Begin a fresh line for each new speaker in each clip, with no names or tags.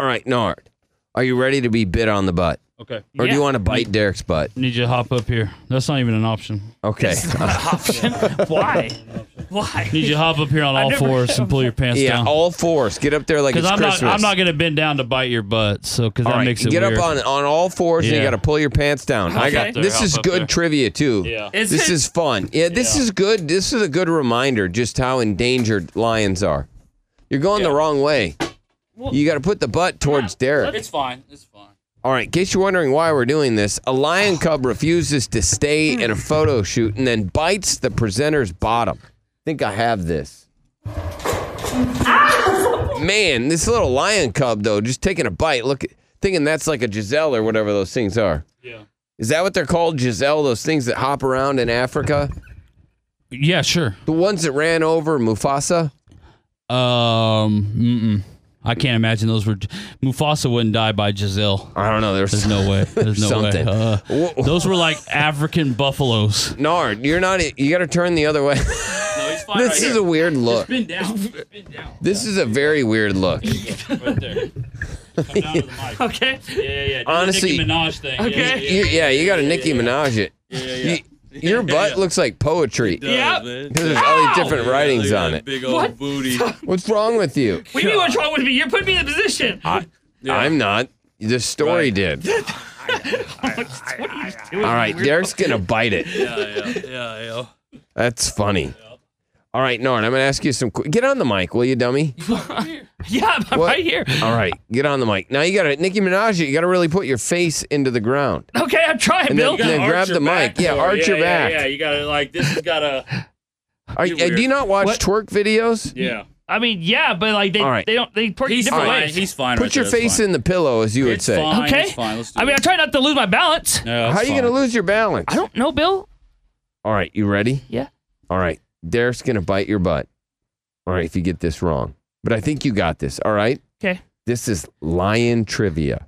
All right, Nard, are you ready to be bit on the butt?
Okay.
Or do
Yeah.
you want to bite Derek's butt?
Need you to hop up here. That's not even an option.
Okay.
Why? Why?
Need you to hop up here on
I
all
never-
fours and pull your pants
yeah,
down.
all fours. Get up there like it's
I'm
Christmas.
not, I'm not gonna bend down to bite your butt, so because
All
that
right,
makes it
get
weird.
up on on all fours and you
Yeah.
got to pull your pants down. I
Okay.
got this
Hop
is
up
good
there.
trivia too.
Yeah.
Is
this
it-
is fun. Yeah, this is good. This is a good reminder just how endangered lions are. You're going the wrong way.
Well-
You got to put the butt towards Derek.
It's fine. It's fine.
All right, in case you're wondering why we're doing this, a lion cub refuses to stay in a photo shoot and then bites the presenter's bottom. I think I have this. Man, this little lion cub though, just taking a bite, look thinking that's like a Giselle or whatever those things are.
Yeah.
Is that what they're called, Giselle? Those things that hop around in Africa?
Yeah, sure.
The ones that ran over Mufasa?
Um, mm-mm. I can't imagine those were. Mufasa wouldn't die by Giselle.
I don't know. There's,
There's no way. There's no
Something.
way. Uh,
Whoa.
those were like African buffaloes.
Nard, you're not you gotta turn the other way.
No, he's fine.
this is a weird look.
Bend down. Bend down.
This is a very weird look.
Right there. Come down to the mic.
Okay.
Yeah, yeah, yeah. Do the
Honestly-
Nicki Minaj thing.
Okay.
Yeah,
You, yeah, you got to Nicki Minaj it. You- your butt looks like poetry.
Yeah.
Because there's all these different writings on it.
Big old
What?
booty.
What's wrong with you?
What do you mean what's wrong with me? You're putting me in a position.
I'm not. The story did.
what are you doing?
All right, Derek's gonna bite it.
yeah, yeah, yeah.
That's funny. All right, Norn, I'm gonna ask you some. Qu- get on the mic, will you, dummy?
Yeah, I'm
What?
right here.
All right, get on the mic. Now you got to Nicki Minaj. it. You got to really put your face into the ground.
Okay, I'm trying,
And
Bill.
then, then grab the mic. Yeah, arch your back.
you gotta like this has gotta.
Are- uh, do you not watch twerk videos?
Yeah.
I mean, yeah, but like they,
All right.
they don't they work in
He's
different
fine.
right.
ways.
He's fine.
Put your face in the pillow, as you would say.
Fine.
Okay.
It's fine. Let's do
I mean, I
it.
try not to lose my balance.
How
No, it's
are you
fine.
gonna lose your balance?
I don't know, Bill.
All right, you ready?
Yeah.
All right, Derek's gonna bite your butt. All right, if you get this wrong, but I think you got this. All right.
Okay.
This is lion trivia.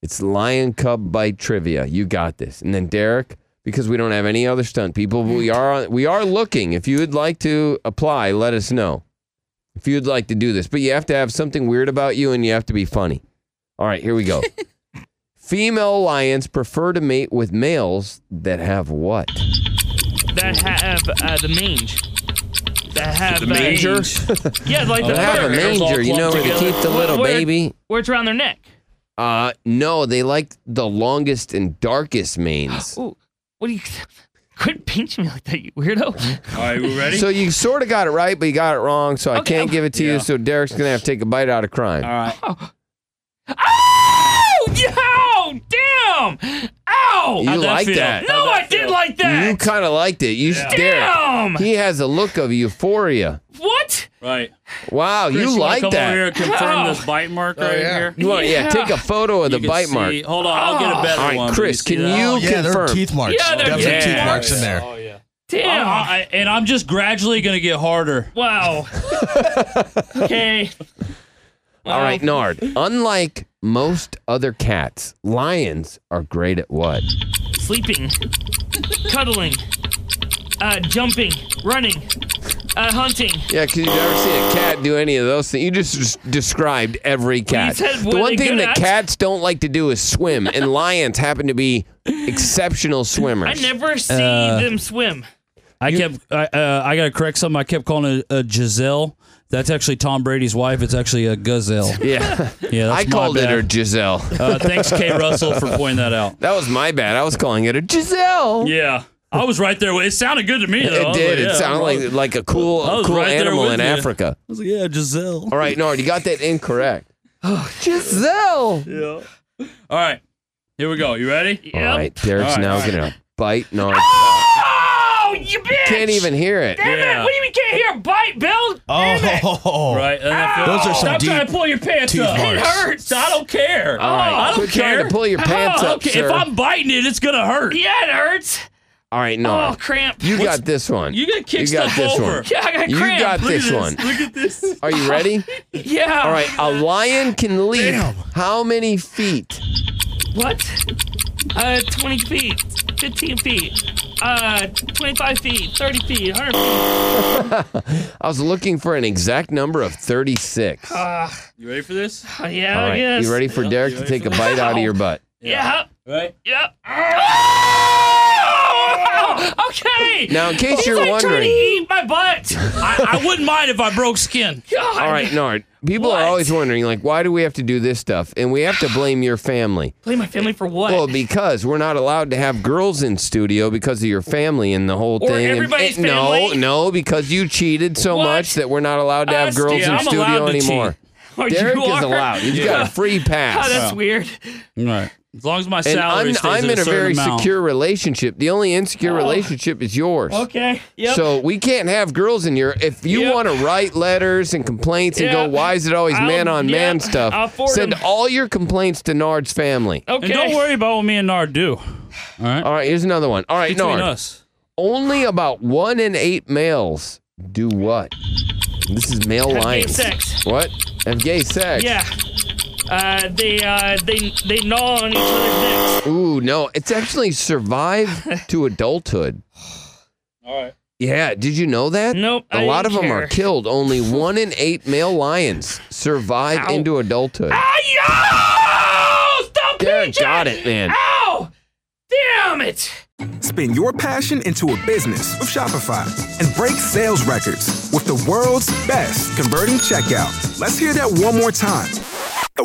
It's lion cub bite trivia. You got this. And then Derek, because we don't have any other stunt people, we are on, we are looking. If you would like to apply, let us know. If you'd like to do this, but you have to have something weird about you, and you have to be funny. All right, here we go. Female lions prefer to mate with males that have what?
That have uh, the mange. That have the
manger?
yeah, like the
They have a
fur,
manger, you know, where they
together.
keep the little
Where-
baby.
where it's around their neck.
Uh, no, they like the longest and darkest manes.
Ooh, what do you? Quit pinching me like that, you weirdo.
All right, we ready?
So you sort of got it right, but you got it wrong. So I
Okay,
can't
I'm-
give it to you.
Yeah.
So Derek's gonna have to take a bite out of crime.
All right.
Ow! Oh, Yo! Damn! Ow!
You
How'd that
like
feel?
that?
no,
How'd that
I did
feel?
like
You
that.
kind of liked it. You Derek.
Damn!
He has a look of euphoria.
what?
Right.
Wow,
Chris,
you
wanna
like
come
that?
Over here and confirm
Ow.
this bite mark right here.
You want, yeah.
Oh, Yeah.
take a photo of
You
the
can
bite
see-
mark.
Hold on, I'll
Oh.
get a better
All right,
one.
Chris,
see
can
that? Oh,
you
Yeah, there are
confirm?
teeth marks.
Yeah, there-
Definitely
yeah.
teeth marks in there.
I-
Damn!
Uh-huh.
I- and I'm just gradually gonna get harder.
wow. okay.
All right, Nard. Unlike most other cats, lions are great at what?
Sleeping, cuddling, uh, jumping, running, uh, hunting.
Yeah, because you've never seen a cat do any of those things. You just des- described every cat.
said what
the one
they
thing
good
that
at.
cats don't like to do is swim, and lions happen to be exceptional swimmers.
I never see them swim.
I kept. I, uh, I gotta correct something. I kept calling it a Giselle. That's actually Tom Brady's wife. It's actually a gazelle.
yeah,
Yeah, that's
I
my
called it
bad.
her Giselle.
Uh, thanks, Kay Russell, for pointing that out.
That was my bad. I was calling it a Giselle.
Yeah, I was right there. with- It sounded good to me. Though. I
It
was
did.
like,
it
yeah,
sounded
I'm
like
wrong.
like a cool,
I
a
was
cool
right there
animal
with
in
you.
Africa.
I was like, yeah, Giselle.
All right, Nard, you got that incorrect. Giselle.
All right, here we go. You ready?
Yep.
All right, Derek's
All right, Ah,
now
all right.
gonna bite Nard.
Oh, you bitch!
Can't even hear it.
Damn
Yeah.
it! What do you mean can't hear? Bite, Bill.
Oh,
Right. And I feel-
Those are some
Stop
deep
trying to pull your pants
teeth
up. It
marks.
hurts. I don't care.
Uh,
I don't
Quit
care.
trying to pull your
I
pants
don't
up,
care.
sir.
If I'm biting it, it's gonna hurt.
Yeah, it hurts.
All right, no.
Oh, cramp.
you got this one.
You gonna kick
You got
stuff
this
over.
one.
Yeah, I got
You
cramp.
got
Look
this
at
one.
Look at this.
Are you ready?
Yeah.
All right, a lion can leap
Damn.
how many feet?
What? Uh, 20 feet, 15 feet, uh, 25 feet, 30 feet, 100 feet.
I was looking for an exact number of 36.
You ready for this?
Oh, yeah,
All
Uh, I
right,
guess.
you ready for Derek to take a bite out of your butt?
Yeah.
Right.
Yep. Oh! Okay.
Now, in case
He's
you're
like trying to
wondering,
eat my butt.
I, I wouldn't mind if I broke skin.
God.
all right, Nard, people
What?
are always wondering, like, why do we have to do this stuff? And we have to blame your family.
Blame my family for what?
Well, because we're not allowed to have girls in studio because of your family and the whole
Or
thing. And-
everybody's
and
family.
No, no, because you cheated so
What?
much that we're not allowed to have
Us,
girls
dude,
in
I'm
studio
allowed to
anymore.
Or
Derek
you
is
are?
allowed. He's got a free
Oh,
pass.
that's weird.
Right. As long as my
and
salary
I'm,
stays
I'm
at
in a,
certain
very
amount.
secure relationship. The only insecure relationship is yours.
Oh. Okay. Yep.
So we can't have girls in here. If you
Yep.
want to write letters and complaints and
Yeah.
go, why is it always
I'll-
man on man
yeah,
stuff?
I'll forward
Send
them.
all your complaints to Nard's family.
okay.
And don't worry about what me and Nard do. All right.
All right, here's another one. All right,
Between
Nard.
us.
Only about one in eight males do what? This is male
Have gay
lions.
sex.
What? Have gay sex?
Yeah. Uh, they uh, they they gnaw on each other's necks.
Ooh, no. It's actually survived to adulthood.
All right.
Yeah, did you know that?
Nope,
A
I
lot of
didn't
them are
care.
killed. Only one in eight male lions survive
Ow.
into adulthood.
Ow! Stop
Derek
pinching!
got it, man.
Ow! Damn it!
Spin your passion into a business with Shopify and break sales records with the world's best converting checkout. Let's hear that one more time. The